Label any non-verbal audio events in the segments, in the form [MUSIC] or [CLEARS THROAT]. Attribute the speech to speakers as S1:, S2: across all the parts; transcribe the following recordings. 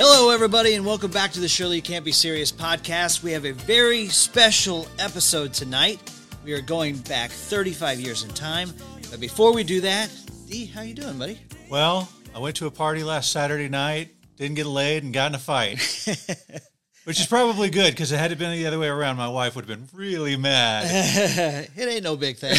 S1: Hello, everybody, and welcome back to the Surely You Can't Be Serious podcast. We have a very special episode tonight. We are going back 35 years in time, but before we do that, D, how you doing, buddy?
S2: Well, I went to a party last Saturday night, didn't get laid, and got in a fight. Which is probably good because had it been the other way around, my wife would have been really mad.
S1: it ain't no big
S2: [LAUGHS]
S1: thing.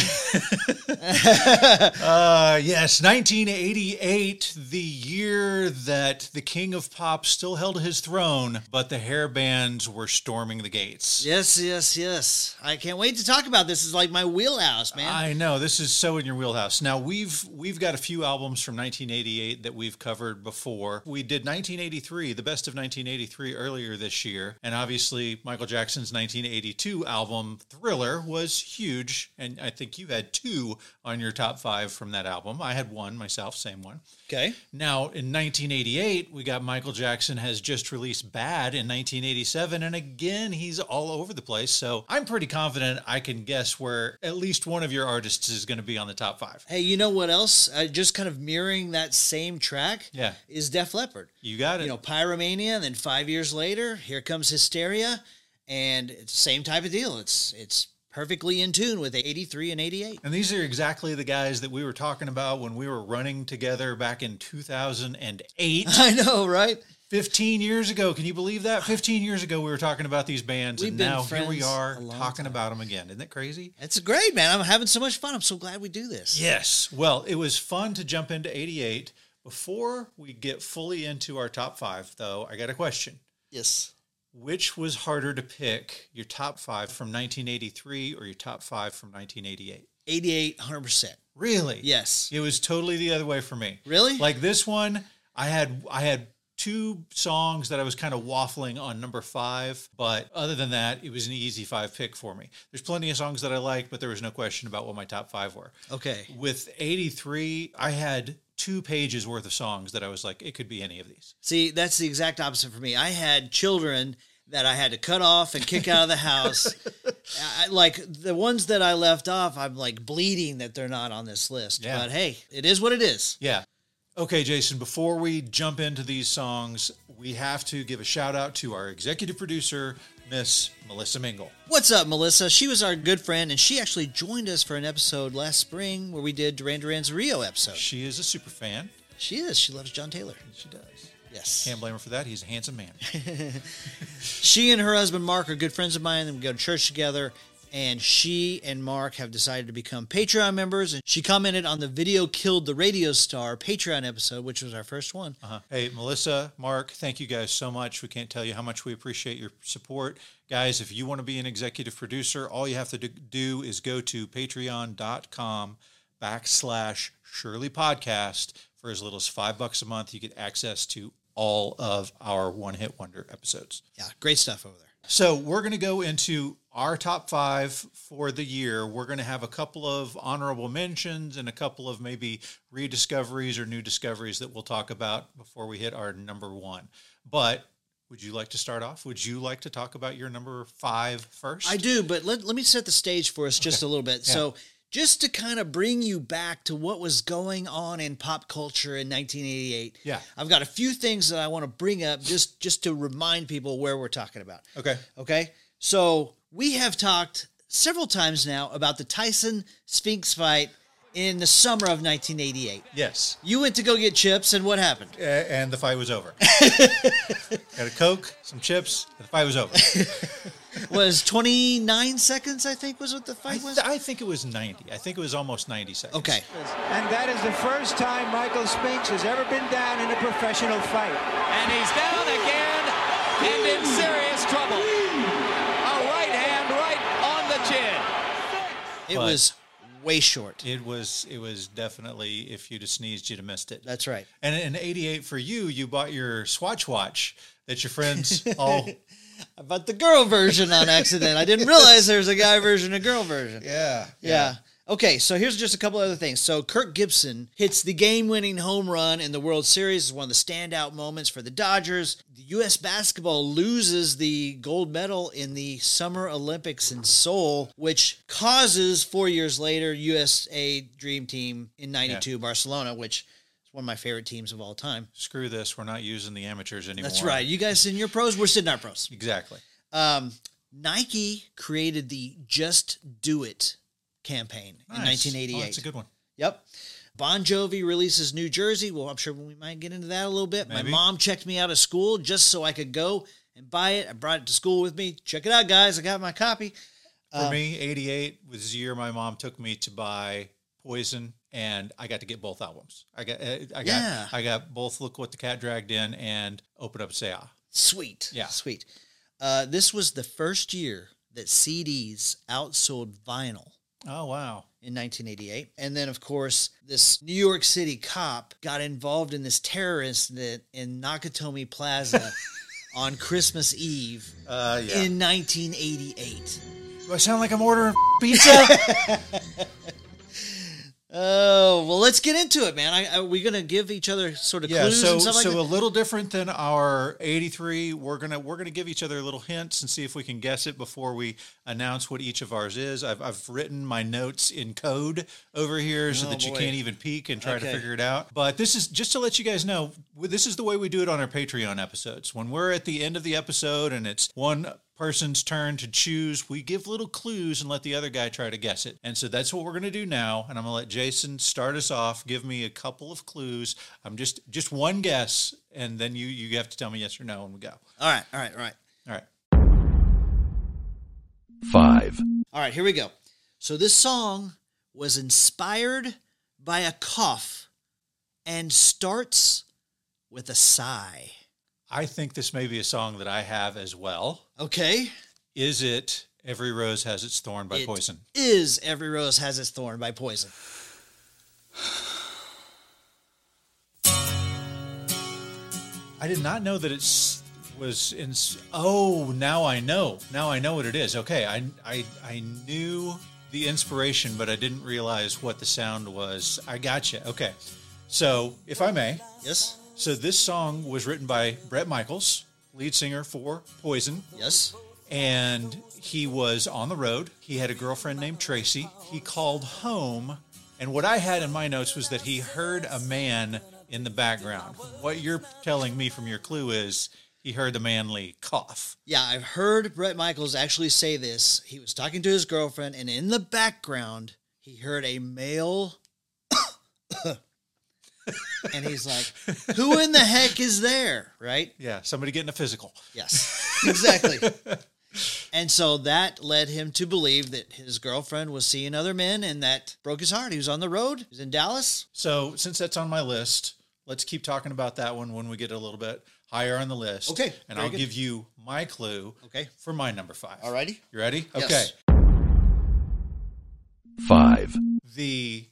S2: Uh, yes, 1988, the year that the king of pop still held his throne, but the hair bands were storming the gates.
S1: yes, yes, yes. I can't wait to talk about this. It's like my wheelhouse, man.
S2: I know this is so in your wheelhouse. Now we've we've got a few albums from 1988 that we've covered before. We did 1983, the best of 1983 earlier this year, and obviously Michael Jackson's 1982 album Thriller was huge, and I think you had two on your top five from that album. I had one myself, same one.
S1: okay.
S2: Now in 1988, we got Michael Jackson has just released Bad in 1987, and again he's all over the place. So I'm pretty confident I can guess where at least one of your artists is going to be on the top five.
S1: Hey, you know what else? Uh, just kind of mirroring that same track
S2: Yeah.
S1: is Def Leppard.
S2: You got it.
S1: you know, Pyromania, and then five years later, here comes Hysteria, and it's the same type of deal. It's it's perfectly in tune with '83 and '88.
S2: and these are exactly the guys that we were talking about when we were running together back in 2008,
S1: [LAUGHS] [LAUGHS] I know, right?
S2: 15 years ago. Can you believe that? 15 years ago, we were talking about these bands,
S1: We've
S2: and
S1: been
S2: now here we
S1: friends
S2: are
S1: a long
S2: talking about them again. Isn't that crazy?
S1: It's great, man. I'm having so much fun. I'm so glad we do this.
S2: Yes. Well, it was fun to jump into 88. Before we get fully into our top five, though, I got a question.
S1: Yes.
S2: Which was harder to pick, your top five from 1983 or your top five from 1988?
S1: '88, 100. percent
S2: Really?
S1: Yes.
S2: It was totally the other way for me.
S1: Really?
S2: Like this one, I had I had two songs that I was kind of waffling on number five, but other than that, it was an easy five pick for me. There's plenty of songs that I liked, but there was no question about what my top five were
S1: okay.
S2: with 83 i had two pages worth of songs that i was like it could be any of these
S1: See, that's the exact opposite for me. I had children that I had to cut off and kick out of the
S2: [LAUGHS]
S1: house. I, like the ones that I left off, I'm like bleeding that they're not on this list.
S2: Yeah.
S1: But hey, it is what it is.
S2: yeah okay jason before we jump into these songs we have to give a shout out to our executive producer miss melissa mingle
S1: What's up, Melissa? She was our good friend, and she actually joined us for an episode last spring where we did Duran Duran's Rio episode.
S2: she is a super fan
S1: She is. She loves John Taylor.
S2: she does
S1: Yes.
S2: can't blame her for that he's a handsome man
S1: She and her husband Mark are good friends of mine, and we go to church together. And she and Mark have decided to become Patreon members. And she commented on the video "Killed the Radio Star" Patreon episode, which was our first one.
S2: Uh-huh. Hey, Melissa, Mark, thank you guys so much. We can't tell you how much we appreciate your support. Guys, if you want to be an executive producer, all you have to do- do is go to patreon.com backslash Shirley Podcast. For as little as five bucks a month, you get access to all of our one hit wonder episodes.
S1: Yeah, great stuff over there.
S2: So we're going to go into our top five for the year. We're going to have a couple of honorable mentions and a couple of maybe rediscoveries or new discoveries that we'll talk about before we hit our number one. But would you like to start off? Would you like to talk about your number five first?
S1: I do, but let, let me set the stage for us just a little bit. So, just to kind of bring you back to what was going on in pop culture in 1988.
S2: Yeah.
S1: I've got a few things that I want to bring up just just to remind people where we're talking about.
S2: Okay.
S1: Okay. So we have talked several times now about the Tyson Sphinx fight in the summer of 1988.
S2: Yes.
S1: You went to go get chips, and what happened?
S2: A- And the fight
S1: [LAUGHS]
S2: was over. Got a Coke, some chips, and the fight
S1: [LAUGHS]
S2: was over.
S1: was 29 seconds, I think, was what the
S2: I,
S1: fight was.
S2: th- I think it was 90. I think it was almost 90 seconds.
S1: Okay.
S3: And that is the first time Michael Spinks has ever been down in a professional fight.
S4: And he's down again and in serious trouble. A right hand right on the chin.
S1: It
S2: But-
S1: was way short.
S2: It was it was definitely if you'd have sneezed, you'd have missed it.
S1: That's right.
S2: And in '88 for you, you bought your Swatch watch that
S1: [LAUGHS]
S2: your friends all.
S1: I bought the girl version on accident. I didn't realize there was a guy version, and a girl version.
S2: yeah.
S1: Yeah. Okay, so here's just a couple other things. So Kirk Gibson hits the game-winning home run in the World Series is one of the standout moments for the Dodgers. The U.S. basketball loses the gold medal in the Summer Olympics in Seoul, which causes four years later USA Dream Team in '92 Barcelona, which is It's one of my favorite teams of all time.
S2: Screw this. We're not using the amateurs anymore.
S1: That's right. You guys in your pros, we're sitting our pros.
S2: Exactly.
S1: Um, Nike created the Just Do It campaign in
S2: Nice. Oh,
S1: 1988.
S2: that's a good one.
S1: Yep. Bon Jovi releases New Jersey. Well, I'm sure we might get into that a little bit. My
S2: Maybe.
S1: mom checked me out of school just so I could go and buy it. I brought it to school with me. Check it out, guys. I got my copy.
S2: For
S1: Um,
S2: me, 88 was the year my mom took me to buy Poison and I got to get both albums. I got uh, I got
S1: Yeah.
S2: I got both Look What the Cat Dragged In and Open Up and Say Ah.
S1: Sweet.
S2: Yeah.
S1: Sweet. Uh, this was the first year that CDs outsold vinyl.
S2: Oh wow.
S1: in 1988. And then, of course, this New York City cop got involved in this terror incident in Nakatomi
S2: [LAUGHS]
S1: Plaza on Christmas Eve
S2: Uh
S1: in 1988.
S2: Do I sound like I'm ordering [LAUGHS] pizza?
S1: Oh, well, let's get into it, man. I, are we going to give each other sort of
S2: yeah,
S1: clues
S2: so
S1: and stuff like
S2: so a
S1: that?
S2: little different than our 83. We're going to we're going to give each other little hints and see if we can guess it before we announce what each of ours is. I've I've written my notes in code over here so
S1: Oh,
S2: that you
S1: boy.
S2: can't even peek and try
S1: Okay.
S2: to figure it out. But this is just to let you guys know, w- this is the way we do it on our Patreon episodes. When we're at the end of the episode and it's one person's turn to choose, we give little clues and let the other guy try to guess it. And so that's what we're going to do now, and I'm going to let Jason start us off, give me a couple of clues. I'm just just one guess and then you you have to tell me yes or no and we go.
S1: all right, all right, all right.
S2: All right.
S5: Five.
S1: All right, here we go. So this song was inspired by a cough and starts with a sigh.
S2: I think this may be a song that I have as well.
S1: Okay.
S2: Is it Every Rose Has Its Thorn by
S1: It
S2: Poison?
S1: Is Every Rose Has Its Thorn by Poison.
S2: I did not know that it's was in. Oh, now I know. Now I know what it is. Okay, I I I knew the inspiration, but I didn't realize what the sound was. I gotcha. Okay, so if I may,
S1: Yes?
S2: so this song was written by Brett Michaels, lead singer for Poison,
S1: Yes.
S2: and he was on the road. He had a girlfriend named Tracy. He called home, and what I had in my notes was that he heard a man in the background. What you're telling me from your clue is he heard the manly cough.
S1: Yeah, I've heard Brett Michaels actually say this. He was talking to his girlfriend, and in the background, he heard a male. [COUGHS] and he's like, Who in the heck is there? Right?
S2: Yeah, somebody getting a physical.
S1: Yes, exactly. and so that led him to believe that his girlfriend was seeing other men, and that broke his heart. He was on the road, he was in Dallas.
S2: So since that's on my list, let's keep talking about that one when we get a little bit higher on the list.
S1: Okay,
S2: And
S1: very
S2: I'll
S1: good.
S2: give you my clue.
S1: Okay.
S2: For my number five.
S1: Alrighty.
S2: You ready?
S1: Yes.
S2: Okay.
S5: Five.
S2: the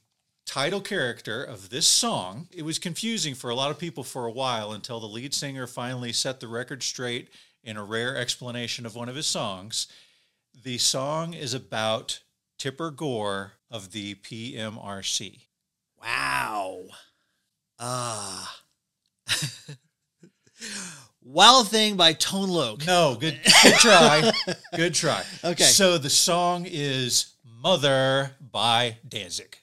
S2: title character of this song. It was confusing for a lot of people for a while until the lead singer finally set the record straight in a rare explanation of one of his songs. The song is about Tipper Gore of the PMRC.
S1: Wow. Ah. [LAUGHS] Wild Thing by Tone Loc.
S2: No, good, good try. Good try.
S1: Okay.
S2: So the song is Mother by Danzig.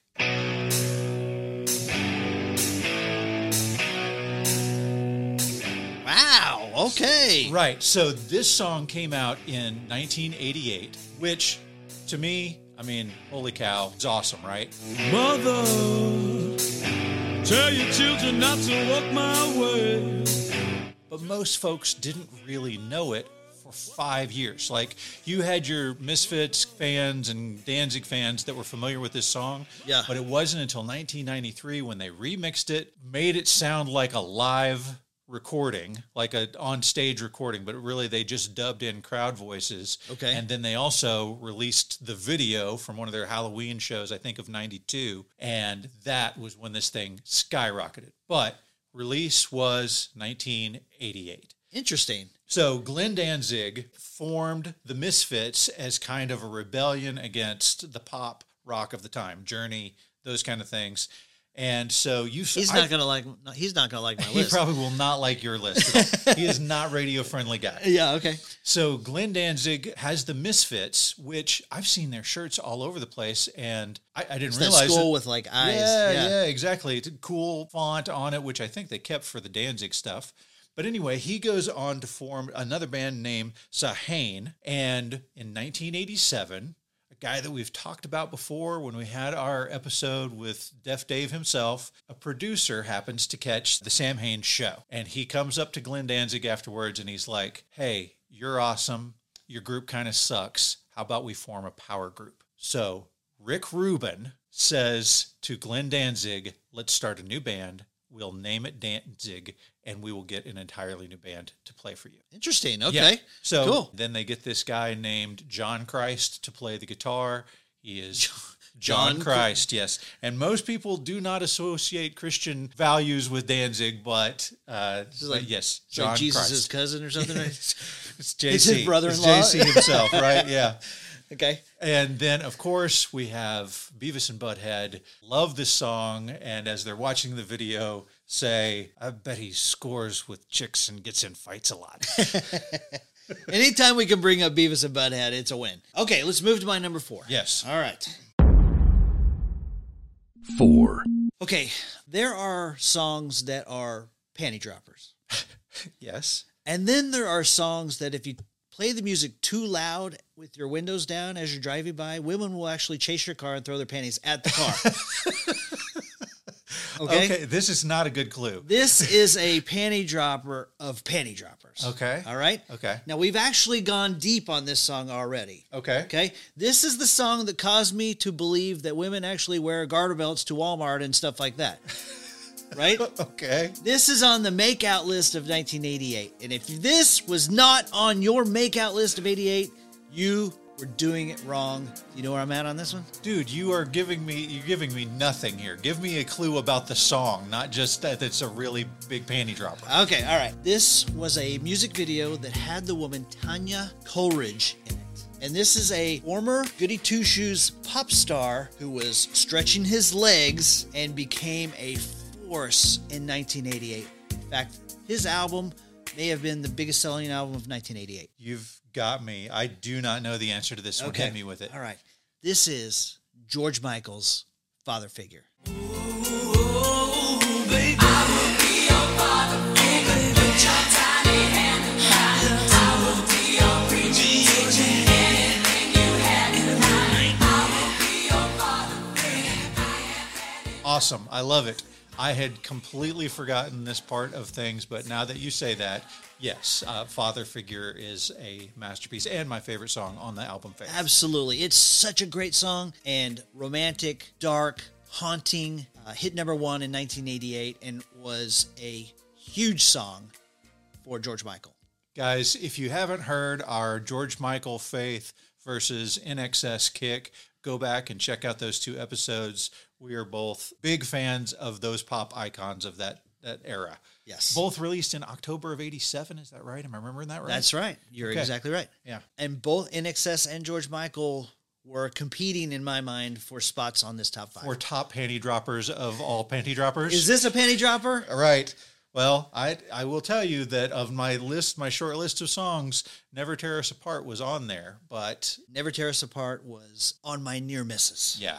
S1: Wow. Okay.
S2: Right. So this song came out in 1988, which to me, I mean, holy cow, it's awesome, right?
S6: Mother, tell your children not to walk my way.
S2: But most folks didn't really know it for five years. Like you had your Misfits fans and Danzig fans that were familiar with this song.
S1: Yeah.
S2: But it wasn't until 1993 when they remixed it, made it sound like a live recording, like a on stage recording, but really they just dubbed in crowd voices.
S1: Okay.
S2: And then they also released the video from one of their Halloween shows, I think of 92. And that was when this thing skyrocketed. But release was 1988.
S1: Interesting.
S2: So Glenn Danzig formed the Misfits as kind of a rebellion against the pop rock of the time, Journey, those kind of things. And so you,
S1: He's not gonna like. no, He's not gonna [LAUGHS] like my
S2: He
S1: list.
S2: probably will not like your list. At all. he is not radio friendly
S1: [LAUGHS]
S2: guy.
S1: yeah. Okay.
S2: So Glenn Danzig has the Misfits, which I've seen their shirts all over the place, and I, I didn't
S1: It's that
S2: realize
S1: skull
S2: it-
S1: with like eyes.
S2: Yeah,
S1: yeah.
S2: yeah, exactly. It's a cool font on it, which I think they kept for the Danzig stuff. But anyway, he goes on to form another band named Sahane. And in 1987, a guy that we've talked about before when we had our episode with Def Dave himself, a producer happens to catch the Sam Hain show. And he comes up to Glenn Danzig afterwards and he's like, Hey, you're awesome. Your group kind of sucks. How about we form a power group? So Rick Rubin says to Glenn Danzig, let's start a new band. We'll name it Danzig and we will get an entirely new band to play for you.
S1: Interesting. Okay.
S2: Yeah. So
S1: Cool.
S2: then they get this guy named John Christ to play the guitar. He is
S1: John
S2: John,
S1: Cr-
S2: Christ, yes. And most people do not associate Christian values with Danzig, but uh,
S1: like-
S2: yes,
S1: It's like
S2: John
S1: Jesus' [LAUGHS]
S2: Christ.
S1: cousin or something. Right?
S2: It's JC.
S1: his brother-in-law.
S2: It's JC himself,
S1: [LAUGHS]
S2: right? Yeah.
S1: okay.
S2: And then, of course, we have Beavis and Butthead love this song. And as they're watching the video, say, I bet he scores with chicks and gets in fights a [LAUGHS] lot.
S1: Anytime we can bring up Beavis and Butthead, it's a win. Okay, let's move to my number four.
S2: yes.
S1: All right.
S5: four,
S1: Okay, there are songs that are panty droppers.
S2: Yes.
S1: And then there are songs that if you play the music too loud with your windows down as you're driving by, women will actually chase your car and throw their panties at the car.
S2: [LAUGHS]
S1: okay?
S2: Okay. This is not a good clue.
S1: This is a panty dropper of panty droppers.
S2: Okay.
S1: All right?
S2: Okay.
S1: Now we've actually gone deep on this song already.
S2: Okay.
S1: Okay. This is the song that caused me to believe that women actually wear garter belts to Walmart and stuff like
S2: [LAUGHS]
S1: that. right?
S2: Okay.
S1: This is on the makeout list of 1988. And if this was not on your makeout list of 88, you were doing it wrong. You know where I'm at on this one?
S2: Dude, you are giving me you're giving me nothing here. Give me a clue about the song, not just that it's a really big panty dropper.
S1: Okay, all right. This was a music video that had the woman Tanya Coleridge in it. And this is a former Goody Two Shoes pop star who was stretching his legs and became a force in 1988. In fact, his album may have been the biggest selling album of 1988.
S2: You've got me. I do not know the answer to this one. Hit me with it.
S1: All right. This is George Michael's father figure.
S2: Awesome. I love it. I had completely forgotten this part of things, but now that you say that, yes, uh, Father Figure is a masterpiece and my favorite song on the album. Faith.
S1: Absolutely. It's such a great song and romantic, dark, haunting. Uh, hit number one in 1988 and was a huge song for George Michael.
S2: Guys, if you haven't heard our George Michael Faith versus NXS Kick, go back and check out those two episodes. We are both big fans of those pop icons of that that era.
S1: Yes.
S2: Both released in October of 87, is that right? Am I remembering that right?
S1: That's right. You're
S2: Okay.
S1: exactly right.
S2: Yeah.
S1: And both NXS and George Michael were competing in my mind for spots on this top five.
S2: Or top panty droppers of all panty droppers.
S1: Is this a panty dropper?
S2: All right. Well, I I will tell you that of my list, my short list of songs, "Never Tear Us Apart" was on there, but
S1: Never Tear Us Apart was on my near misses.
S2: yeah,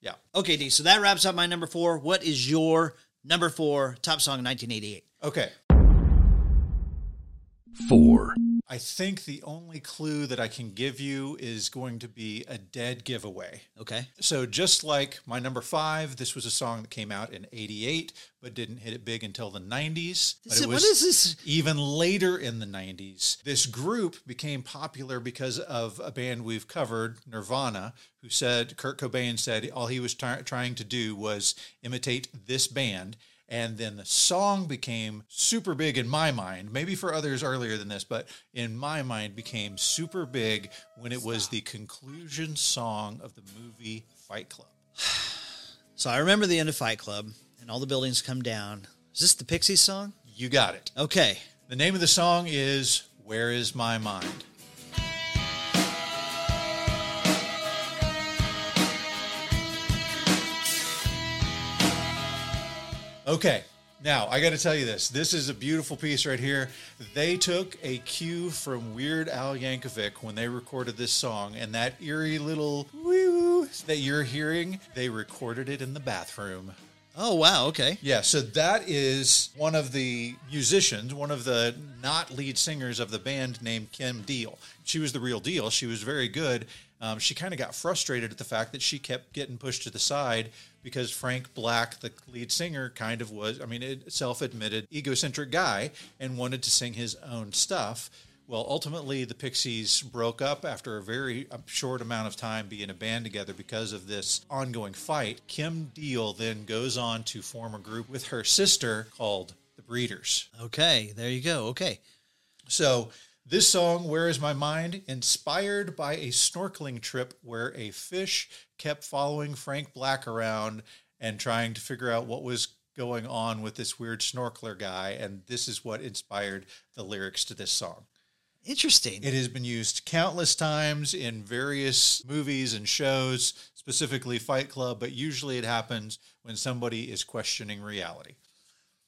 S2: yeah.
S1: Okay, D. So that wraps up my number four. What is your number four top song in 1988?
S2: Okay,
S5: four,
S2: I think the only clue that I can give you is going to be a dead giveaway.
S1: Okay.
S2: So just like my number five, this was a song that came out in '88, but didn't hit it big until the '90s. But
S1: This-
S2: it
S1: what
S2: was
S1: is this?
S2: Even later in the '90s, this group became popular because of a band we've covered, Nirvana, who said Kurt Cobain said all he was try trying to do was imitate this band. And then the song became super big in my mind, maybe for others earlier than this, but in my mind became super big when it was the conclusion song of the movie Fight Club.
S1: So I remember the end of Fight Club and all the buildings come down. Is this the Pixies song?
S2: You got it.
S1: Okay.
S2: The name of the song is Where Is My Mind? Okay. Now, I got to tell you this. This is a beautiful piece right here. They took a cue from Weird Al Yankovic when they recorded this song, and that eerie little woo that you're hearing, they recorded it in the bathroom.
S1: Oh wow. Okay.
S2: Yeah, so that is one of the musicians, one of the not lead singers of the band named Kim Deal. She was the real deal. She was very good. Um, she kind of got frustrated at the fact that she kept getting pushed to the side because Frank Black, the lead singer, kind of was, I mean, a self admitted egocentric guy and wanted to sing his own stuff. Well, ultimately, the Pixies broke up after a very uh, short amount of time being a band together because of this ongoing fight. Kim Deal then goes on to form a group with her sister called The Breeders.
S1: Okay. There you go. Okay.
S2: So, this song, Where Is My Mind, inspired by a snorkeling trip where a fish kept following Frank Black around and trying to figure out what was going on with this weird snorkeler guy. And this is what inspired the lyrics to this song.
S1: Interesting.
S2: It has been used countless times in various movies and shows, specifically Fight Club, but usually it happens when somebody is questioning reality.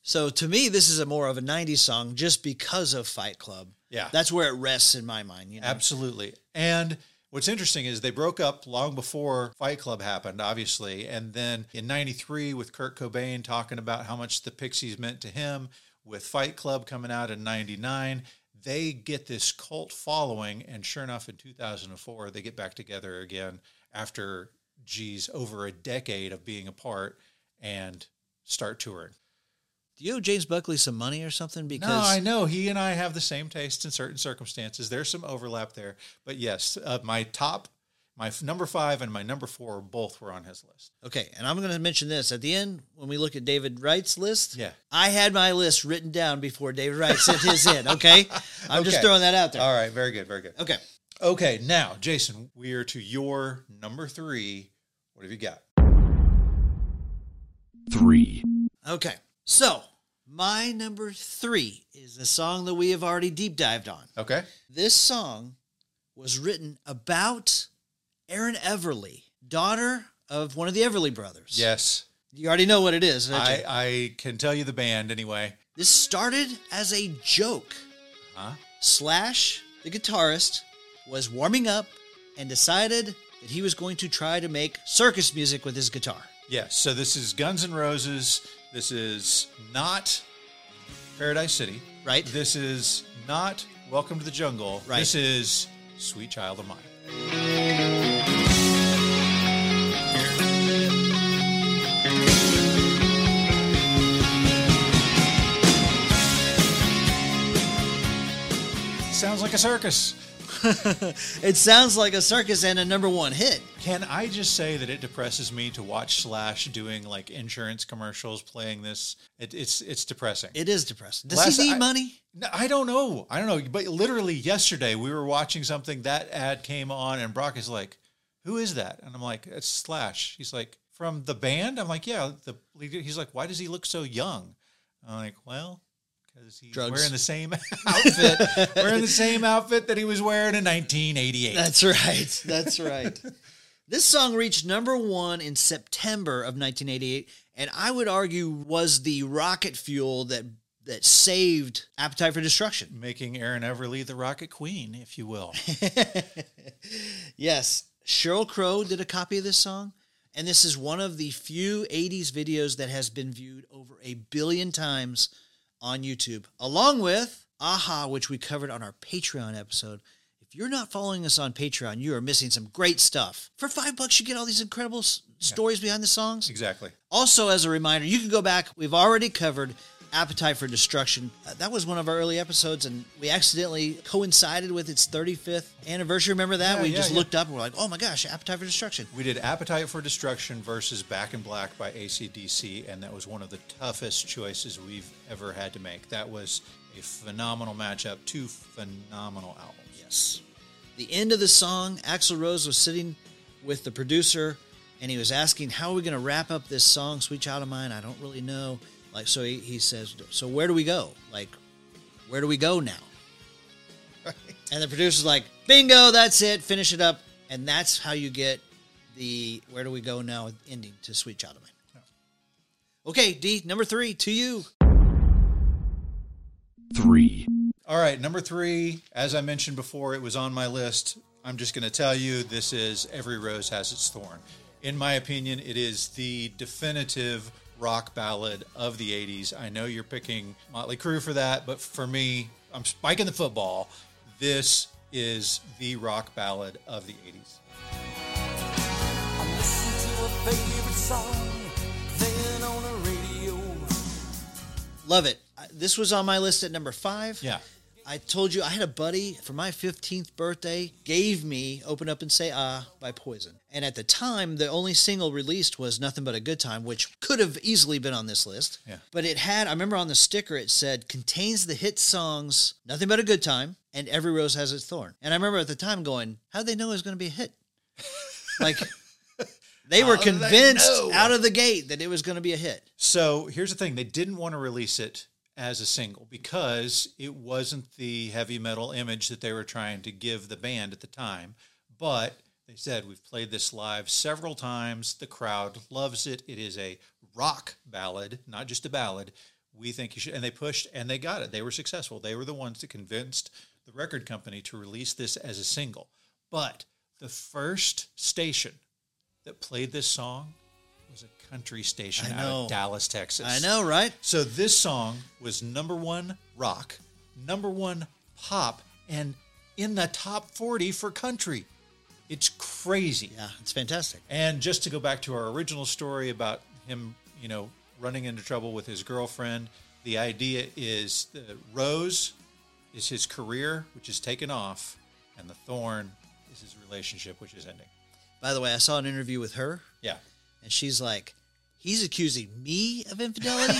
S1: so to me, this is a more of a '90s song just because of Fight Club.
S2: Yeah.
S1: That's where it rests in my mind. You know.
S2: Absolutely. And what's interesting is they broke up long before Fight Club happened, obviously. And then in 93, with Kurt Cobain talking about how much the Pixies meant to him, with Fight Club coming out in 99, they get this cult following. And sure enough, in 2004, they get back together again after, geez, over a decade of being apart and start touring.
S1: Do you owe James Buckley some money or something? Because
S2: No, I know he and I have the same taste in certain circumstances. There's some overlap there, but yes, uh, my top, my f- number five and my number four both were on his list.
S1: Okay, and I'm going to mention this at the end when we look at David Wright's list.
S2: Yeah.
S1: I had my list written down before David Wright sent his in.
S2: [LAUGHS]
S1: Okay, I'm just
S2: Okay.
S1: throwing that out there.
S2: All right, very good, very good.
S1: Okay,
S2: Okay, now Jason, we are to your number three. What have you got?
S5: three,
S1: okay. So my number three is a song that we have already deep dived on.
S2: Okay,
S1: This song was written about Aaron Everly, daughter of one of the Everly brothers.
S2: yes,
S1: you already know what it is. don't you?
S2: I I can tell you the band anyway.
S1: This started as a joke.
S2: Huh?
S1: Slash, the guitarist, was warming up and decided that he was going to try to make circus music with his guitar. [LAUGHS]
S2: Yes, so this is Guns N' Roses. This is not Paradise City.
S1: Right.
S2: This is not Welcome to the Jungle.
S1: Right.
S2: This is Sweet Child of Mine. Sounds like a circus.
S1: It sounds like a circus and a number one hit.
S2: Can I just say that it depresses me to watch Slash doing like insurance commercials playing this? It, it's it's depressing.
S1: It is depressing. Does
S2: Last-
S1: he need
S2: I-
S1: money?
S2: No, I don't know. I don't know. But literally yesterday, we were watching something. That ad came on, and Brock is like, "Who is that?" And I'm like, "It's Slash." He's like, "From the band." I'm like, "Yeah." The leader. He's like, "Why does he look so young?" I'm like, "Well." Because he's
S1: Drugs.
S2: wearing
S1: [LAUGHS]
S2: the same [LAUGHS] outfit, wearing the same outfit that he was wearing in 1988.
S1: That's [LAUGHS] right. That's right. this song reached number one in September of 1988, and I would argue was the rocket fuel that that saved Appetite for Destruction.
S2: Making Aaron Everly the Rocket Queen, if
S1: [LAUGHS]
S2: you will.
S1: Yes, Cheryl Crow did a copy of this song, and this is one of the few 80s videos that has been viewed over a billion times on YouTube, along with Aha, which we covered on our Patreon episode. If you're not following us on Patreon, you are missing some great stuff. For five bucks, you get all these incredible s- stories behind the songs.
S2: Exactly.
S1: Also, as a reminder, you can go back. We've already covered Appetite for Destruction. Uh, that was one of our early episodes, and we accidentally coincided with its 35th anniversary. Remember that?
S2: Yeah,
S1: we
S2: yeah,
S1: just
S2: yeah.
S1: looked up and we're like, oh my gosh, Appetite for Destruction.
S2: We did Appetite for Destruction versus Back in Black by ACDC, and that was one of the toughest choices we've ever had to make. That was a phenomenal matchup, two phenomenal albums.
S1: Yes. The end of the song, Axl Rose was sitting with the producer and he was asking, How are we going to wrap up this song, Sweet Child of Mine? I don't really know. Like, so he, he says, So where do we go? Like, where do we go now? And the producer's like, Bingo, that's it, finish it up. And that's how you get the Where Do We Go Now ending to Sweet Child of Mine. Okay, D, number three, to you.
S5: three,
S2: All right, number three, as I mentioned before, it was on my list. I'm just going to tell you this is Every Rose Has Its Thorn. In my opinion, it is the definitive rock ballad of the 80s. I know you're picking Motley Crue for that, but for me, I'm spiking the football. This is the rock ballad of the 80s.
S7: Listen to a favorite song, then on the radio.
S1: Love it. I- This was on my list at number five.
S2: Yeah.
S1: I told you I had a buddy for my 15th birthday gave me Open Up and Say Ah by Poison. And at the time, the only single released was Nothing But a Good Time, which could have easily been on this list.
S2: Yeah.
S1: But it had, I remember on the sticker, it said, contains the hit songs Nothing But a Good Time and Every Rose Has Its Thorn. And I remember at the time going, how'd they know it was going to be a
S2: [LAUGHS]
S1: hit? like, they were
S2: How'd they
S1: convinced
S2: know?
S1: out of the gate that it was going to be a hit.
S2: So here's the thing: they didn't want to release it as a single because it wasn't the heavy metal image that they were trying to give the band at the time. But they said we've played this live several times. The crowd loves it. It is a rock ballad, not just a ballad. We think you should. And they pushed, and they got it. They were successful. They were the ones that convinced the record company to release this as a single. But the first station that played this song was a country station
S1: I
S2: out
S1: know.
S2: of Dallas, Texas.
S1: I know, right?
S2: So this song was number one rock, number one pop, and in the top 40 for country. It's crazy.
S1: Yeah, it's fantastic.
S2: And just to go back to our original story about him, you know, running into trouble with his girlfriend, the idea is that Rose is his career, which is taken off, and the thorn is his relationship, which is ending.
S1: By the way, I saw an interview with her
S2: Yeah.
S1: and she's like, "He's accusing me of
S2: [LAUGHS]
S1: infidelity,"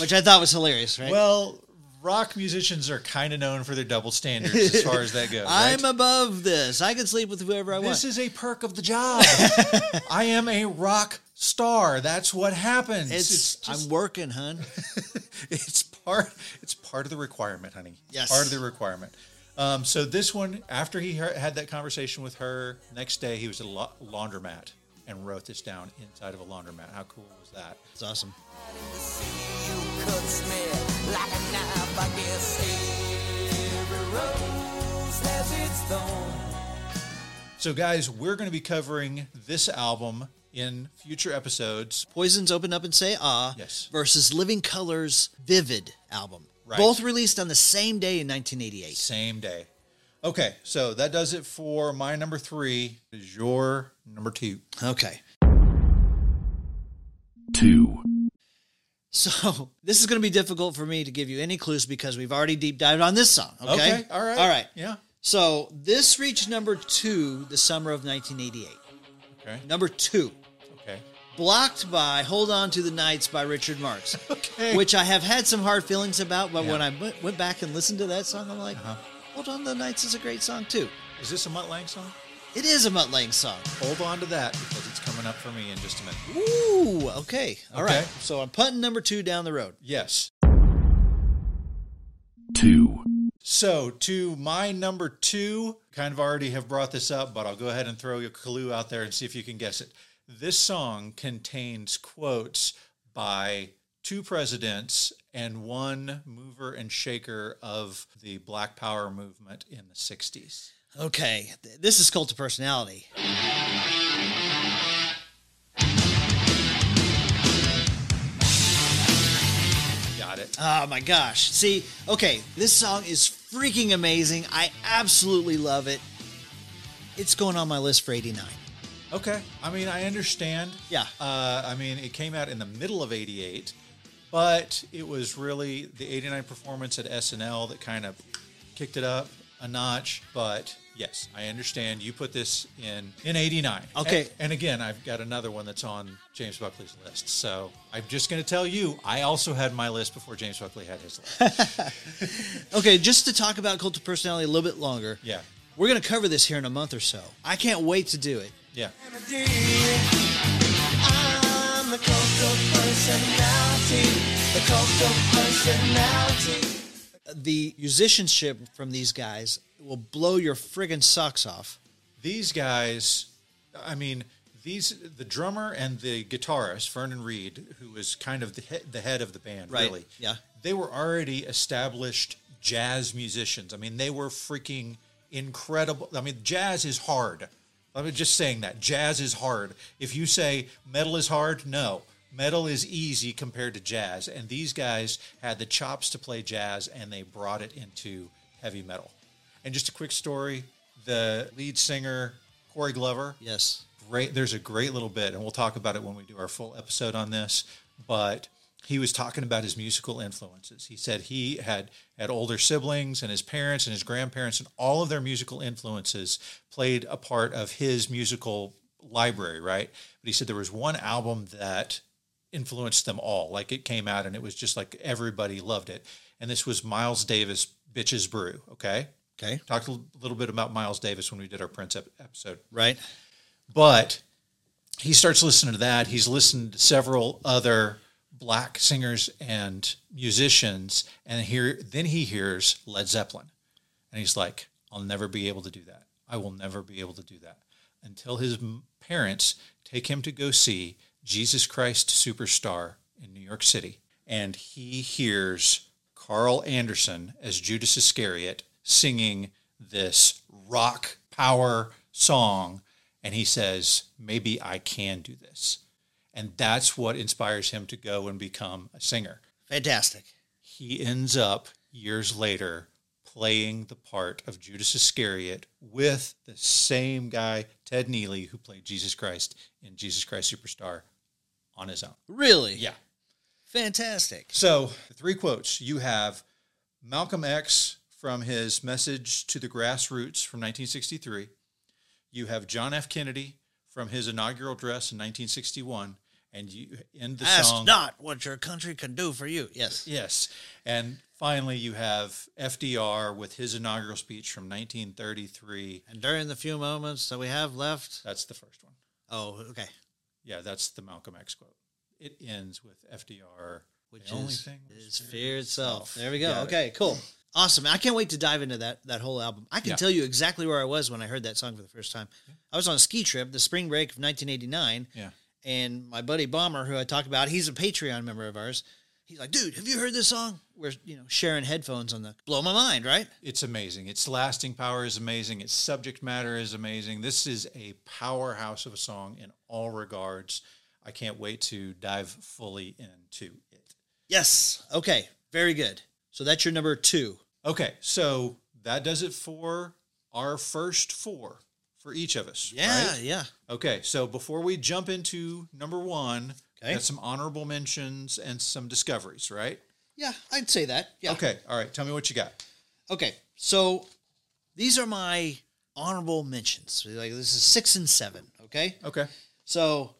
S1: which I thought was hilarious. Right?
S2: Well, rock musicians are kind of known for their double standards as far as that goes.
S1: [LAUGHS] I'm
S2: right?
S1: above this. I can sleep with whoever I
S2: this
S1: want.
S2: is a perk of the job. I am a rock star. That's what happens.
S1: it's,
S2: It's
S1: I'm
S2: just-
S1: working, hun.
S2: it's part it's part of the requirement, honey.
S1: Yes.
S2: part of the requirement. Um, so this one, after he he- had that conversation with her, next day he was at a la- laundromat and wrote this down inside of a laundromat. How cool was that?
S1: It's awesome.
S7: You cuts me like a knife, I guess. Every rose has its thorn.
S2: So guys, we're going to be covering this album in future episodes.
S1: Poison's open up and say ah.
S2: Yes.
S1: Versus Living Colors' Vivid album,
S2: Right.
S1: both released on the same day in 1988.
S2: Same day. Okay, so that does it for my number three. Is your number two?
S1: Okay.
S5: two,
S1: So [LAUGHS] this is going to be difficult for me to give you any clues because we've already deep dived on this song. Okay.
S2: all right,
S1: All right.
S2: yeah.
S1: So this reached number two the summer of 1988.
S2: Okay,
S1: Number two,
S2: okay,
S1: blocked by "Hold On to the Nights" by Richard [LAUGHS] Marx,
S2: okay.
S1: which I have had some hard feelings about. But
S2: Yeah.
S1: when I went, went back and listened to that song, I'm like, "Hold On to the Nights" is a great song too.
S2: is this a Mutt Lang song?
S1: It is a Mutt Lang song.
S2: Hold on to that because it's coming up for me in just a minute.
S1: Ooh, okay, all right.
S2: Okay.
S1: So I'm punting number two down the road.
S2: Yes.
S5: two,
S2: So to my number two, kind of already have brought this up, but I'll go ahead and throw your clue out there and see if you can guess it. This song contains quotes by two presidents and one mover and shaker of the Black Power movement in the 60s.
S1: Okay, th- this is Cult of Personality.
S2: Got it.
S1: Oh my gosh. See, okay, this song is freaking amazing. I absolutely love it. It's going on my list for 89.
S2: Okay. I mean, I understand.
S1: Yeah.
S2: Uh, I mean, it came out in the middle of 88, but it was really the 89 performance at SNL that kind of kicked it up a notch. But yes, I understand. You put this in in 89.
S1: Okay.
S2: And, and again, I've got another one that's on James Buckley's list. So I'm just going to tell you, I also had my list before James Buckley had his list. [LAUGHS]
S1: Okay, just to talk about cult of personality a little bit longer.
S2: yeah.
S1: We're going to cover this here in a month or so. I can't wait to do it.
S2: Yeah.
S7: I'm the cult of personality. The cult of personality.
S1: The musicianship from these guys will blow your friggin' socks off.
S2: these guys i mean these the drummer and the guitarist vernon reed who is kind of the, he- the head of the band
S1: Right,
S2: really
S1: yeah.
S2: they were already established jazz musicians i mean they were freaking incredible i mean jazz is hard i'm just saying that jazz is hard if you say metal is hard no metal is easy compared to jazz and these guys had the chops to play jazz and they brought it into heavy metal and just a quick story the lead singer, Corey Glover,
S1: Yes.
S2: great. There's a great little bit, and we'll talk about it when we do our full episode on this. But he was talking about his musical influences. He said he had had older siblings and his parents and his grandparents, and all of their musical influences played a part of his musical library, right? But he said there was one album that influenced them all. Like it came out and it was just like everybody loved it. And this was Miles Davis Bitches Brew. Okay.
S1: Okay.
S2: Talked a little bit about Miles Davis when we did our Prince ep- episode.
S1: Right?
S2: But he starts listening to that. He's listened to several other black singers and musicians, and here then he hears Led Zeppelin, and he's like, "I'll never be able to do that. I will never be able to do that." Until his m- parents take him to go see Jesus Christ Superstar in New York City, and he hears Carl Anderson as Judas Iscariot singing this rock power song and he says, maybe I can do this. And that's what inspires him to go and become a singer.
S1: Fantastic.
S2: He ends up years later playing the part of Judas Iscariot with the same guy, Ted Neely, who played Jesus Christ in Jesus Christ Superstar on his own.
S1: Really?
S2: Yeah.
S1: Fantastic.
S2: So, the three quotes you have Malcolm X from his message to the grassroots from 1963. You have John F. Kennedy from his inaugural address in 1961. And you end the
S1: That's
S2: song.
S1: not what your country can do for you. Yes.
S2: Yes. And finally, you have FDR with his inaugural speech from 1933.
S1: And during the few moments that we have left.
S2: That's the first one.
S1: Oh, okay.
S2: Yeah, that's the Malcolm X quote. It ends with FDR.
S1: Which
S2: the only
S1: is,
S2: thing was
S1: is fear itself.
S2: itself.
S1: There we go.
S2: Got it.
S1: okay, cool. Awesome. I can't wait to dive into that that whole album. I can
S2: Yeah.
S1: tell you exactly where I was when I heard that song for the first time. I was on a ski trip, the spring break of 1989,
S2: Yeah.
S1: and my buddy Bomber, who I talked about, he's a Patreon member of ours. He's like, dude, have you heard this song? We're you know sharing headphones on the blow my mind, right?
S2: it's amazing. Its lasting power is amazing. Its subject matter is amazing. This is a powerhouse of a song in all regards. I can't wait to dive fully into it.
S1: Yes. Okay. Very good. So that's your number two.
S2: Okay, so that does it for our first four for each of us.
S1: Yeah.
S2: right?
S1: Yeah.
S2: Okay, so before we jump into number one,
S1: Okay.
S2: got some honorable mentions and some discoveries, right?
S1: Yeah. I'd say that. Yeah.
S2: Okay, all right. Tell me what you got.
S1: Okay, so these are my honorable mentions. Like this is six and seven. Okay,
S2: Okay.
S1: so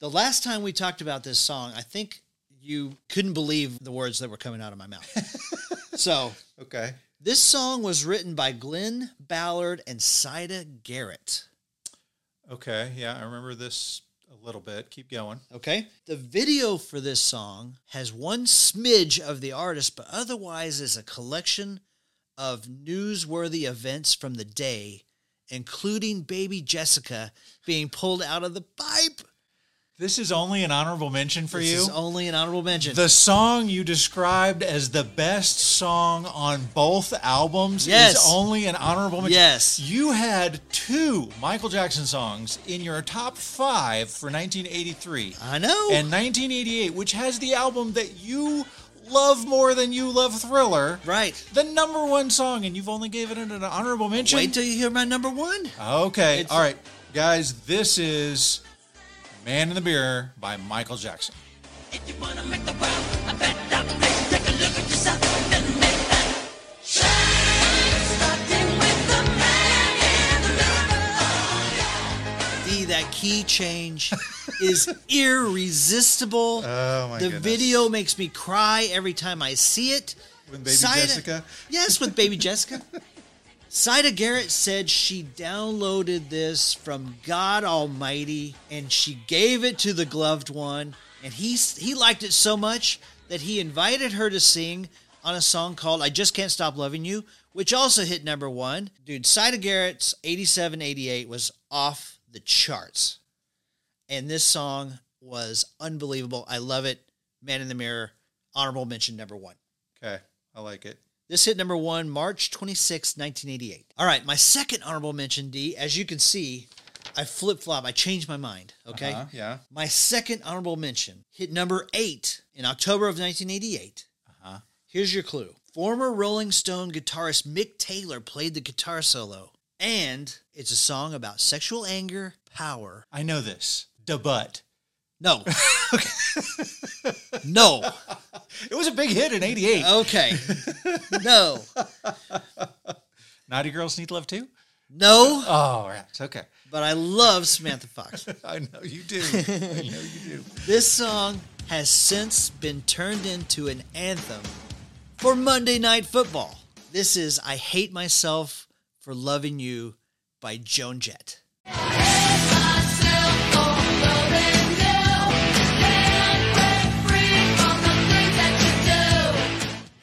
S1: the last time we talked about this song, I think you couldn't believe the words that were coming out of my mouth. so
S2: Okay.
S1: this song was written by Glenn Ballard and Saida Garrett.
S2: Okay. Yeah, I remember this a little bit. Keep going.
S1: Okay. The video for this song has one smidge of the artist, but otherwise is a collection of newsworthy events from the day, including baby Jessica being pulled out of the pipe.
S2: This is only an honorable mention for
S1: this
S2: you.
S1: is only an honorable mention.
S2: the song you described as the best song on both albums
S1: Yes.
S2: is only an honorable mention.
S1: Yes.
S2: You had two Michael Jackson songs in your top five for 1983.
S1: I know.
S2: and 1988, which has the album that you love more than you love Thriller,
S1: Right.
S2: the number one song, and you've only given it an honorable mention.
S1: Wait till you hear my number one.
S2: okay,
S1: It's-
S2: all right, guys, this is "Man in the Mirror" by Michael Jackson.
S1: D, that key
S2: [LAUGHS]
S1: change is irresistible.
S2: Oh, my
S1: The
S2: goodness.
S1: video makes me cry every time I see it.
S2: With Baby Jessica?
S1: Yes, with Baby Jessica. Saida Garrett said she downloaded this from God Almighty and she gave it to the gloved one. And he, he liked it so much that he invited her to sing on a song called I Just Can't Stop Loving You, which also hit number one. Dude, Saida Garrett's 87 88 was off the charts. And this song was unbelievable. I love it. Man in the Mirror, honorable mention number one.
S2: Okay, I like it.
S1: This hit number one March 26, 1988. All right, my second honorable mention, D, as you can see, I flip flop, I changed my mind. Okay.
S2: Uh-huh, yeah.
S1: My second honorable mention hit number eight in October of 1988. Here's your clue former Rolling Stone guitarist Mick Taylor played the guitar solo, and it's a song about sexual anger, power.
S2: I know this. The butt. [LAUGHS]
S1: No. no.
S2: It was a big hit in '88.
S1: Okay. No.
S2: Naughty girls need love too.
S1: No.
S2: Oh, right. Okay.
S1: But I love Samantha Fox.
S2: I know you do. I know you do.
S1: This song has since been turned into an anthem for Monday Night Football. This is I Hate Myself for Loving You by Joan Jett.
S2: [LAUGHS]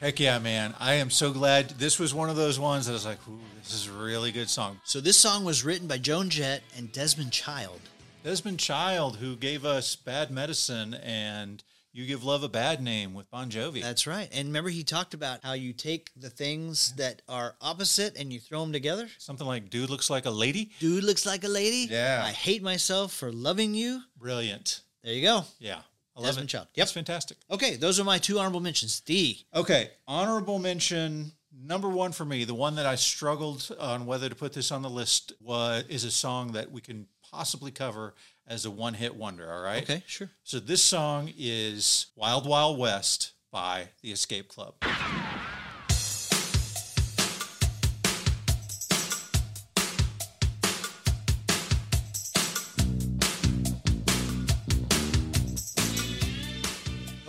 S2: Heck yeah, man. I am so glad. This was one of those ones that I was like, ooh, this is a really good song.
S1: So, this song was written by Joan Jett and Desmond Child.
S2: Desmond Child, who gave us Bad Medicine and You Give Love a Bad Name with Bon Jovi.
S1: That's right. And remember, he talked about how you take the things that are opposite and you throw them together?
S2: Something like Dude Looks Like a Lady.
S1: Dude looks like a lady.
S2: Yeah.
S1: I hate myself for loving you.
S2: Brilliant.
S1: There you go.
S2: Yeah. I love
S1: Desmond
S2: it.
S1: Child. Yep.
S2: That's fantastic.
S1: Okay, those are my two honorable mentions. D.
S2: Okay, honorable mention number one for me. The one that I struggled on whether to put this on the list was is a song that we can possibly cover as a one-hit wonder. All right.
S1: Okay, sure.
S2: So this song is "Wild Wild West" by The Escape Club.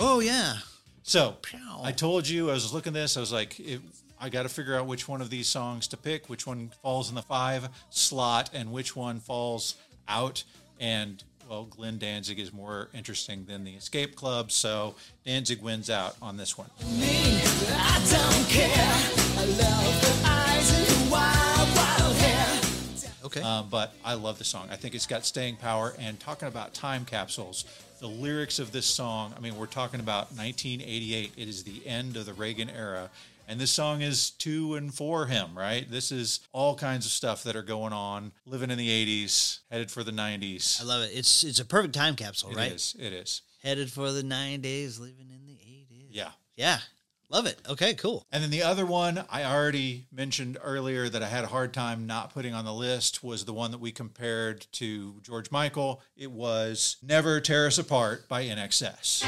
S1: Oh, yeah.
S2: So I told you I was looking this. I was like, it, I got to figure out which one of these songs to pick, which one falls in the five slot, and which one falls out. And well, Glenn Danzig is more interesting than the Escape Club, so Danzig wins out on this one.
S1: Okay.
S2: Um, but I love the song. I think it's got staying power. And talking about time capsules, the lyrics of this song, I mean, we're talking about 1988. It is the end of the Reagan era. And this song is to and for him, right? This is all kinds of stuff that are going on, living in the 80s, headed for the 90s.
S1: I love it. It's it's a perfect time capsule,
S2: It
S1: right?
S2: is, It is.
S1: Headed for the nine days, living in the eighties.
S2: Yeah.
S1: Yeah. Love it. Okay, cool.
S2: And then the other one I already mentioned earlier that I had a hard time not putting on the list was the one that we compared to George Michael. It was Never Tear Us Apart by NXS.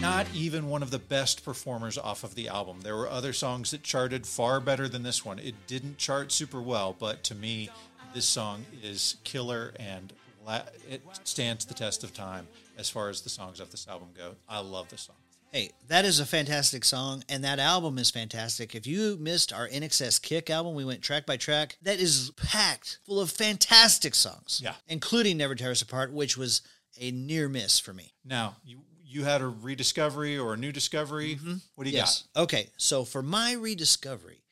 S2: Not even one of the best performers off of the album. There were other songs that charted far better than this one. It didn't chart super well, but to me, this song is killer and la- it stands the test of time as far as the songs off this album go. I love this song.
S1: Hey, that is a fantastic song, and that album is fantastic. If you missed our NXS Kick album, we went track by track. That is packed full of fantastic songs.
S2: Yeah.
S1: Including Never Tear Us Apart, which was a near miss for me.
S2: Now, you, you had a rediscovery or a new discovery.
S1: Mm-hmm.
S2: What do you
S1: Okay. So for my rediscovery,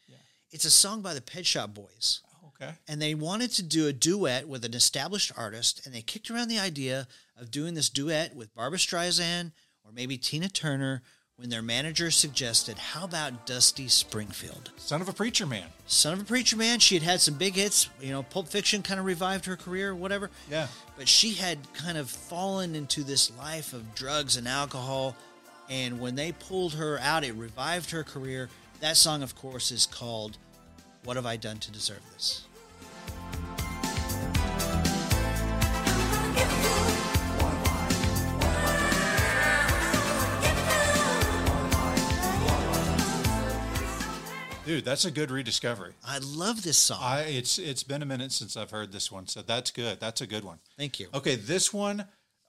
S1: it's a song by the Pet Shop Boys.
S2: got? Okay.
S1: and they wanted to do a duet with an established artist, and they kicked around the idea of doing this duet with Barbra Streisand or maybe Tina Turner when their manager suggested, How about Dusty Springfield?
S2: Son of a preacher man.
S1: Son of a Preacher Man, she had had some big hits. You know, Pulp Fiction kind of revived her career, whatever.
S2: Yeah.
S1: But she had kind of fallen into this life of drugs and alcohol. And when they pulled her out, it revived her career. That song, of course, is called What Have I Done to Deserve This?
S2: Dude, that's a good rediscovery.
S1: I love this song.
S2: I it's it's been a minute since I've heard this one, so that's good. That's a good one.
S1: Thank you.
S2: Okay, this one,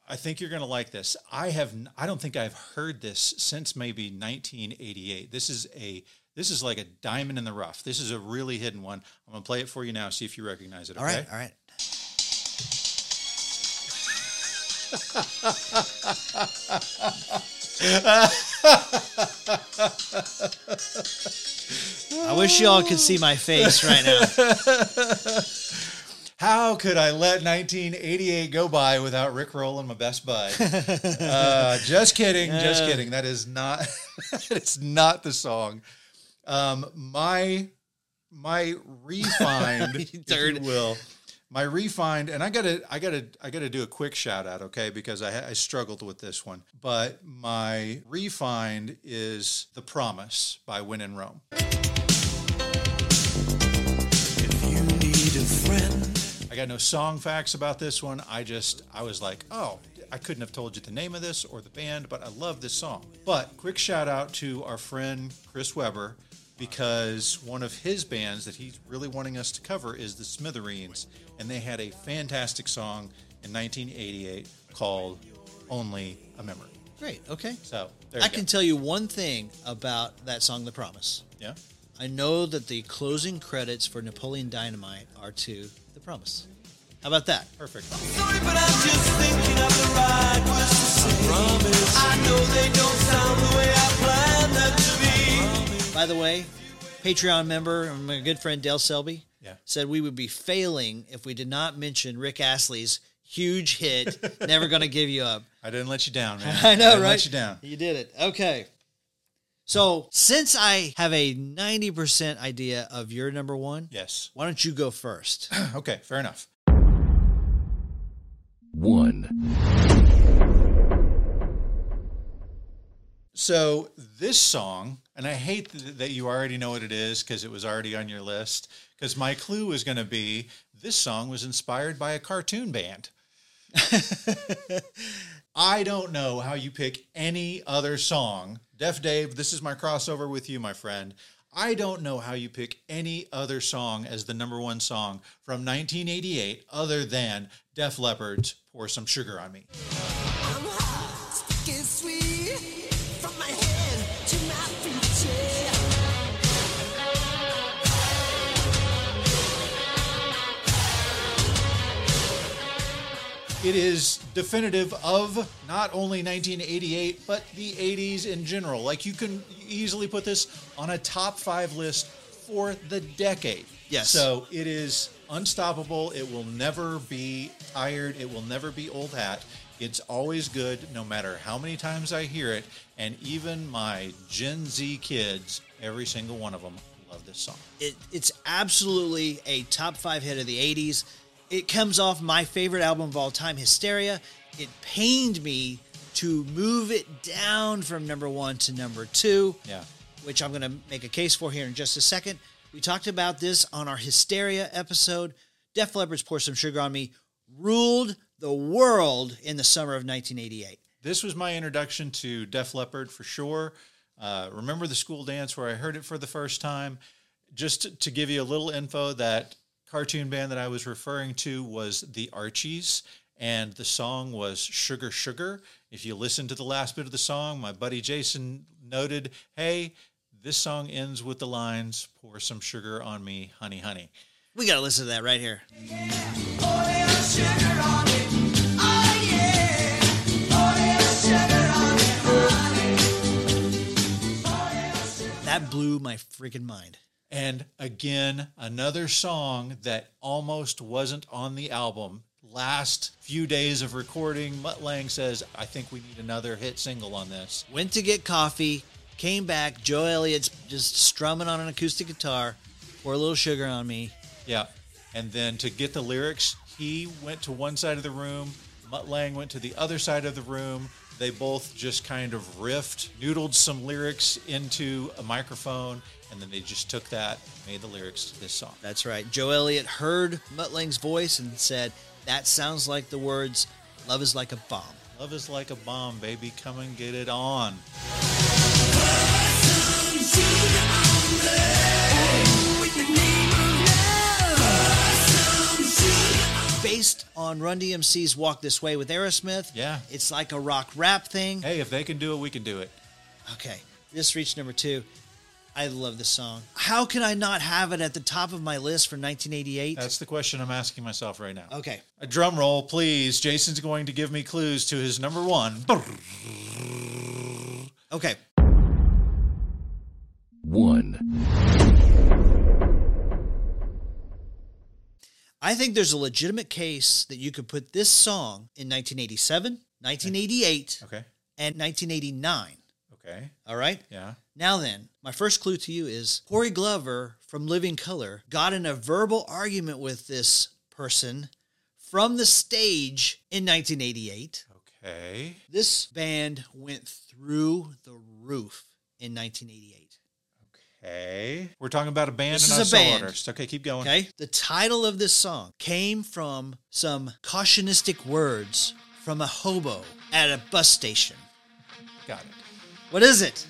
S2: I think you're gonna like this. I have, n- I don't think I've heard this since maybe 1988. This is a, this is like a diamond in the rough. This is a really hidden one. I'm gonna play it for you now. See if you recognize it. Okay.
S1: All right, all right. I wish y'all could see my face right
S2: [LAUGHS]
S1: now.
S2: How could I let 1988 go by without Rick rolling my best bud? uh, just kidding, just kidding. That is not [LAUGHS] it's not the song. Um, my my refined, if you
S1: Third.
S2: will, my refined, and I gotta I gotta I gotta do a quick shout out, okay? Because I, I struggled with this one, but my refined is "The Promise" by Win in Rome. I got no song facts about this one. I just, I was like, oh, I couldn't have told you the name of this or the band, but I love this song. But quick shout out to our friend Chris Weber because one of his bands that he's really wanting us to cover is the Smithereens, and they had a fantastic song in 1988 called "Only a Memory."
S1: Great, okay.
S2: So there you
S1: I
S2: go.
S1: can tell you one thing about that song, The Promise.
S2: yeah,
S1: I know that the closing credits for Napoleon Dynamite are to The Promise. How about that?
S2: perfect.
S1: By the way, Patreon member and my good friend Dale Selby
S2: Yeah.
S1: said we would be failing if we did not mention Rick Astley's huge hit, Never Gonna Give You Up. [LAUGHS]
S2: I didn't let you down, man.
S1: I know,
S2: didn't
S1: right?
S2: Let you down.
S1: You did it. Okay. So since I have a 90% idea of your number one,
S2: Yes. [CLEARS THROAT]
S1: why don't you go first?
S2: Okay. Fair enough.
S5: 1,
S2: So this song, and I hate th- that you already know what it is because it was already on your list. Because my clue is going to be this song was inspired by a cartoon band. I don't know how you pick any other song. Def Dave, this is my crossover with you, my friend. I don't know how you pick any other song as the number one song from 1988 other than Def Leppard's Pour Some Sugar on Me.
S7: I'm hot, sticky, sweet, from my head to my feet. Yeah.
S2: It is definitive of not only 1988, but the 80s in general. Like you can easily put this on a top five list for the decade.
S1: Yes.
S2: So it is unstoppable. It will never be tired. It will never be old hat. It's always good, no matter how many times I hear it. And even my Gen Z kids, every single one of them, love this song.
S1: it, it's absolutely a top five hit of the 80s. It comes off my favorite album of all time, Hysteria. It pained me to move it down from number one to number two,
S2: Yeah.
S1: which I'm going to make a case for here in just a second. We talked about this on our Hysteria episode. Def Leppard's Pour Some Sugar on Me ruled the world in the summer of 1988.
S2: this was my introduction to Def Leppard for sure. Uh, remember the school dance where I heard it for the first time? Just to, to give you a little info, that cartoon band that I was referring to was the Archies, and the song was Sugar Sugar. If you listen to the last bit of the song, my buddy Jason noted, hey, this song ends with the lines, pour some sugar on me, honey, honey.
S1: We got to listen to that right here. That blew my freaking mind.
S2: And again, another song that almost wasn't on the album. last few days of recording, Mutt Lang says, I think we need another hit single on this.
S1: Went to get coffee, came back. Joe Elliott's just strumming on an acoustic guitar. Pour a little sugar on me.
S2: Yeah. And then to get the lyrics, he went to one side of the room, Mutt Lang went to the other side of the room. They both just kind of riffed, noodled some lyrics into a microphone, and then they just took that, made the lyrics to this song.
S1: That's right. Joe Elliott heard Muttling's voice and said, That sounds like the words, love is like a bomb.
S2: Love is like a bomb, baby. Come and get it on.
S1: Based on Run DMC's Walk This Way with Aerosmith.
S2: Yeah.
S1: It's like a rock rap thing.
S2: Hey, if they can do it, we can do it.
S1: Okay. This reached number two. I love this song. How can I not have it at the top of my list for 1988?
S2: That's the question I'm asking myself right now.
S1: okay.
S2: A drum roll, please. Jason's going to give me clues to his number one.
S1: Okay.
S5: one,
S1: I think there's a legitimate case that you could put this song in 1987, 1988,
S2: Okay.
S1: and 1989.
S2: Okay.
S1: All right.
S2: Yeah.
S1: Now then, my first clue to you is Corey Glover from Living Color got in a verbal argument with this person from the stage in 1988.
S2: Okay.
S1: This band went through the roof in 1988.
S2: Okay. We're talking about a band
S1: This
S2: and
S1: is
S2: not
S1: a
S2: solo
S1: band.
S2: artist. Okay, keep going.
S1: Okay. The title of this song came from some cautionistic words from a hobo at a bus station.
S2: Got it.
S1: What is it?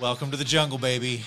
S2: Welcome to the jungle, baby.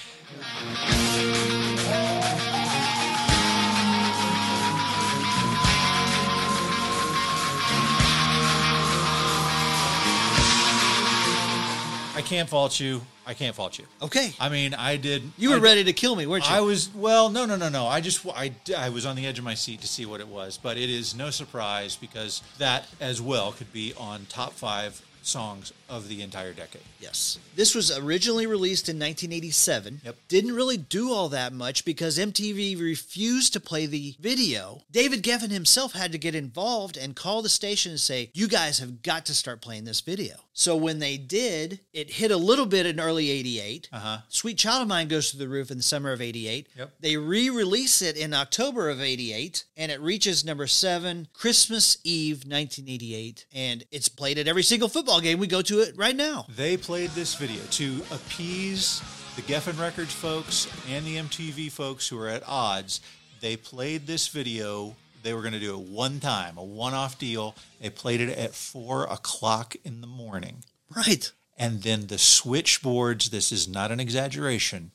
S2: I can't fault you. I can't fault you.
S1: Okay.
S2: I mean, I did.
S1: Oh. You were
S2: I-
S1: ready to kill me, weren't you?
S2: I was well, no, no, no, no. I just I, I was on the edge of my seat to see what it was, but it is no surprise because that as well could be on top five songs of the entire decade.
S1: Yes. This was originally released in 1987.
S2: Yep.
S1: Didn't really do all that much because MTV refused to play the video. David Geffen himself had to get involved and call the station and say, You guys have got to start playing this video. So when they did, it hit a little bit in early 88. Uh-huh. Sweet Child of Mine goes through the roof in the summer of 88.
S2: Yep.
S1: They re release it in October of 88 and it reaches number seven, Christmas Eve 1988. And it's played at every single football game we go to it right now.
S2: They played this video to appease the Geffen Records folks and the MTV folks who were at odds. They played this video. They were going to do it one time, a one-off deal. They played it at four o'clock in the morning.
S1: Right.
S2: and then the switchboards this is not an exaggeration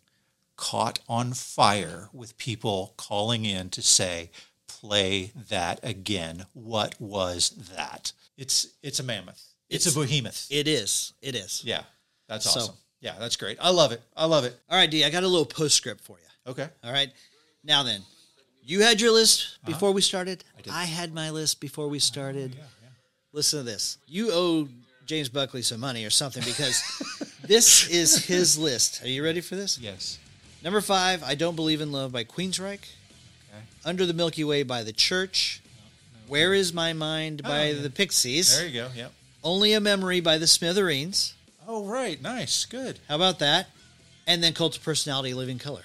S2: caught on fire with people calling in to say play that again what was that it's it's a mammoth it's, a behemoth
S1: It is. It is.
S2: yeah that's
S1: So-
S2: awesome yeah that's great i love it i love it
S1: All right, D, I got a little postscript for you.
S2: okay
S1: All right. Now then, you had your list
S2: Uh-huh.
S1: before we started. I, had my list before we started. Listen to this. You owe James Buckley some money or something
S2: [LAUGHS]
S1: because this is his list. Are you ready for this?
S2: yes
S1: Number five, I Don't Believe in Love by Queensryche. Under the Milky Way by The Church. Where is My Mind
S2: Oh,
S1: by The Pixies.
S2: there you go yep
S1: Only a Memory by The Smithereens.
S2: oh right nice good
S1: How about that? And then Cult of Personality, Living Color.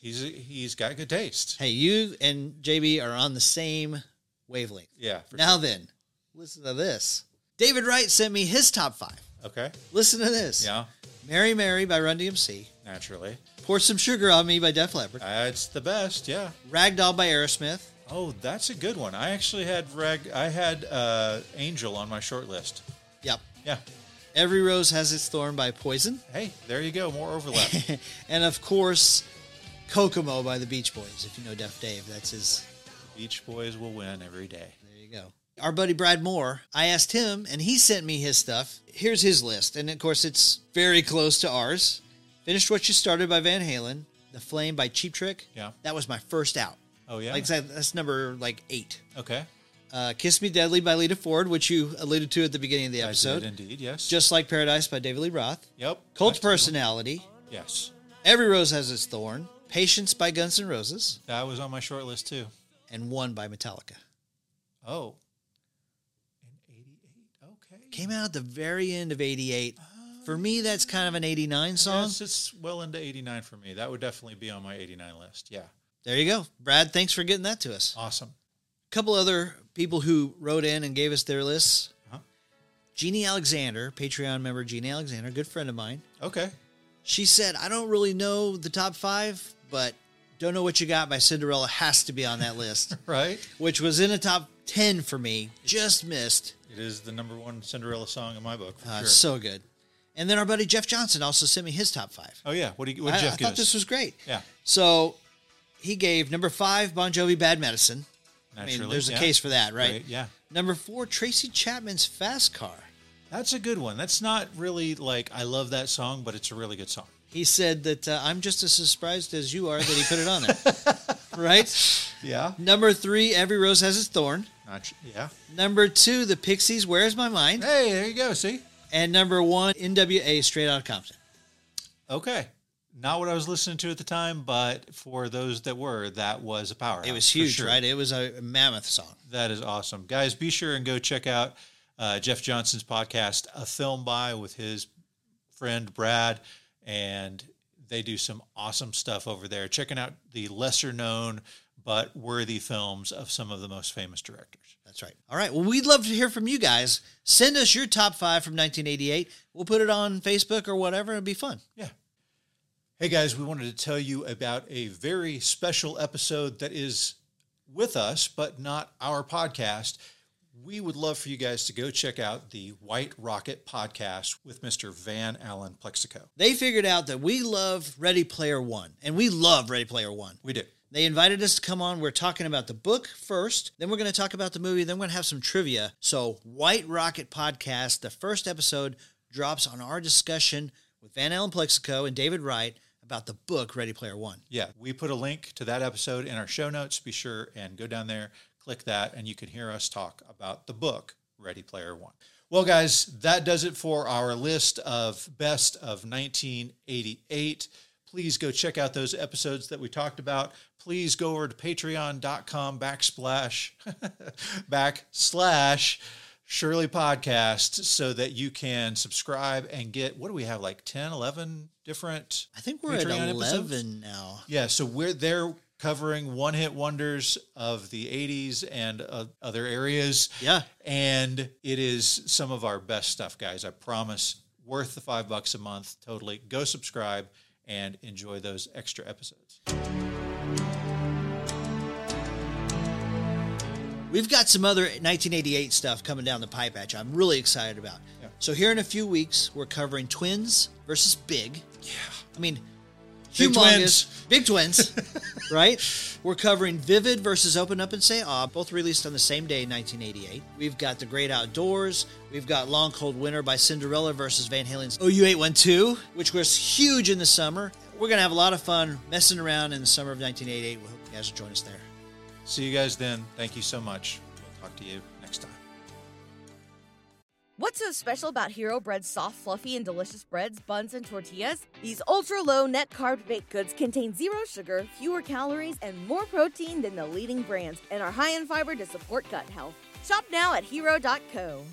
S2: he's he's got good taste
S1: Hey, you and JB are on the same wavelength.
S2: yeah for
S1: now then, listen to this. David Wright sent me his top five.
S2: sure. okay
S1: Listen to this.
S2: yeah
S1: Mary Mary by Run DMC.
S2: naturally
S1: Pour Some Sugar on Me by Def Leppard.
S2: that's the best yeah
S1: Ragdoll by Aerosmith.
S2: Oh, that's a good one. I actually had rag. I had uh, Angel on my short list.
S1: Yep.
S2: Yeah.
S1: Every Rose Has Its Thorn by Poison. [LAUGHS]
S2: Hey, there you go. More overlap.
S1: And of course, Kokomo by the Beach Boys. If you know Def Dave, that's his.
S2: Beach Boys will win every day.
S1: There you go. Our buddy Brad Moore, I asked him and he sent me his stuff. Here's his list. And of course, it's very close to ours. Finished What You Started by Van Halen, The Flame by Cheap Trick.
S2: Yeah.
S1: That was my first out.
S2: Oh yeah.
S1: Like that, that's number like eight.
S2: Okay.
S1: Uh, Kiss Me Deadly by Lita Ford, which you alluded to at the beginning of the
S2: I
S1: episode.
S2: did indeed. Yes.
S1: Just Like Paradise by David Lee Roth.
S2: yep.
S1: Cult
S2: That's a good one.
S1: Personality.
S2: Yes.
S1: Every Rose Has Its Thorn. Patience by Guns N' Roses.
S2: That was on my short list too.
S1: And One by Metallica.
S2: Oh. In 88. Okay.
S1: Came out at the very end of 88. For me, that's kind of an 89 song.
S2: Yes, it's well into 89 for me. That would definitely be on my 89 list. Yeah.
S1: There you go. Brad, thanks for getting that to us.
S2: Awesome.
S1: couple other people who wrote in and gave us their lists.
S2: Uh-huh.
S1: Jeannie Alexander, Patreon member Jeannie Alexander, good friend of mine.
S2: Okay.
S1: She said, I don't really know the top five, but Don't Know What You Got by Cinderella has to be on that
S2: [LAUGHS]
S1: list,
S2: Right.
S1: which was in a top 10 for me. Just missed.
S2: It is the number one Cinderella song in my book. For
S1: Uh,
S2: sure.
S1: So good. And then our buddy Jeff Johnson also sent me his top five.
S2: oh, yeah. What did what
S1: I,
S2: Jeff
S1: I
S2: give
S1: thought
S2: us?
S1: this was great.
S2: Yeah.
S1: So he gave number five, Bon Jovi Bad Medicine. I mean,
S2: Naturally,
S1: there's a
S2: yeah.
S1: case for that, right?
S2: Right, yeah.
S1: Number four, Tracy Chapman's Fast Car.
S2: That's a good one. That's not really like I love that song, but it's a really good song.
S1: He said that uh, I'm just as surprised as you are that he put it on there. right?
S2: Yeah.
S1: Number three, Every Rose Has Its Thorn.
S2: Not, sh- yeah.
S1: Number two, The Pixies, Where's My Mind?
S2: Hey, there you go. See?
S1: And number one, NWA, Straight Outta Compton.
S2: Okay. Not what I was listening to at the time, but for those that were, that was a power.
S1: It was huge, right? It was a mammoth song.
S2: That is awesome. Guys, be sure and go check out uh, Jeff Johnson's podcast, A Film By, with his friend Brad. And they do some awesome stuff over there, checking out the lesser known but worthy films of some of the most famous directors.
S1: That's right. All right. Well, we'd love to hear from you guys. Send us your top five from 1988. We'll put it on Facebook or whatever. It'd be fun.
S2: Yeah. Hey guys, we wanted to tell you about a very special episode that is with us, but not our podcast. We would love for you guys to go check out the White Rocket podcast with Mr. Van Allen Plexico.
S1: They figured out that we love Ready Player One, and we love Ready Player One.
S2: We do.
S1: They invited us to come on. We're talking about the book first, then we're going to talk about the movie, then we're going to have some trivia. So, White Rocket Podcast, the first episode drops on our discussion with Van Allen Plexico and David Wright about the book Ready Player One.
S2: Yeah, we put a link to that episode in our show notes. Be sure and go down there, click that, and you can hear us talk about the book, Ready Player One. Well, guys, that does it for our list of best of 1988. Please go check out those episodes that we talked about. Please go over to patreon.com backsplash [LAUGHS] backslash Shirley Podcast so that you can subscribe and get what do we have like 10, 11 different
S1: I think we're at
S2: Patreon
S1: 11
S2: episodes?
S1: now.
S2: Yeah, so we're they're covering one hit wonders of the 80s and uh, other areas.
S1: Yeah.
S2: And it is some of our best stuff, guys. I promise. Worth the five bucks a month. Totally. Go subscribe and enjoy those extra episodes.
S1: We've got some other 1988 stuff coming down the pipe at you. I'm really excited about. So here in a few weeks, we're covering Twins versus Big. Yeah. I mean,
S2: Big
S1: humongous.
S2: twins.
S1: Big Twins.
S2: [LAUGHS]
S1: right? We're covering Vivid versus Open Up and Say Ah, both released on the same day in 1988. We've got The Great Outdoors. We've got Long Cold Winter by Cinderella versus Van Halen's OU812, which was huge in the summer. We're going to have a lot of fun messing around in the summer of 1988. We hope you guys will join us there.
S2: See you guys then. Thank you so much. We'll talk to you next time.
S8: What's so special about Hero Bread's soft, fluffy, and delicious breads, buns, and tortillas? These ultra low net carb baked goods contain zero sugar, fewer calories, and more protein than the leading brands, and are high in fiber to support gut health. Shop now at hero.co.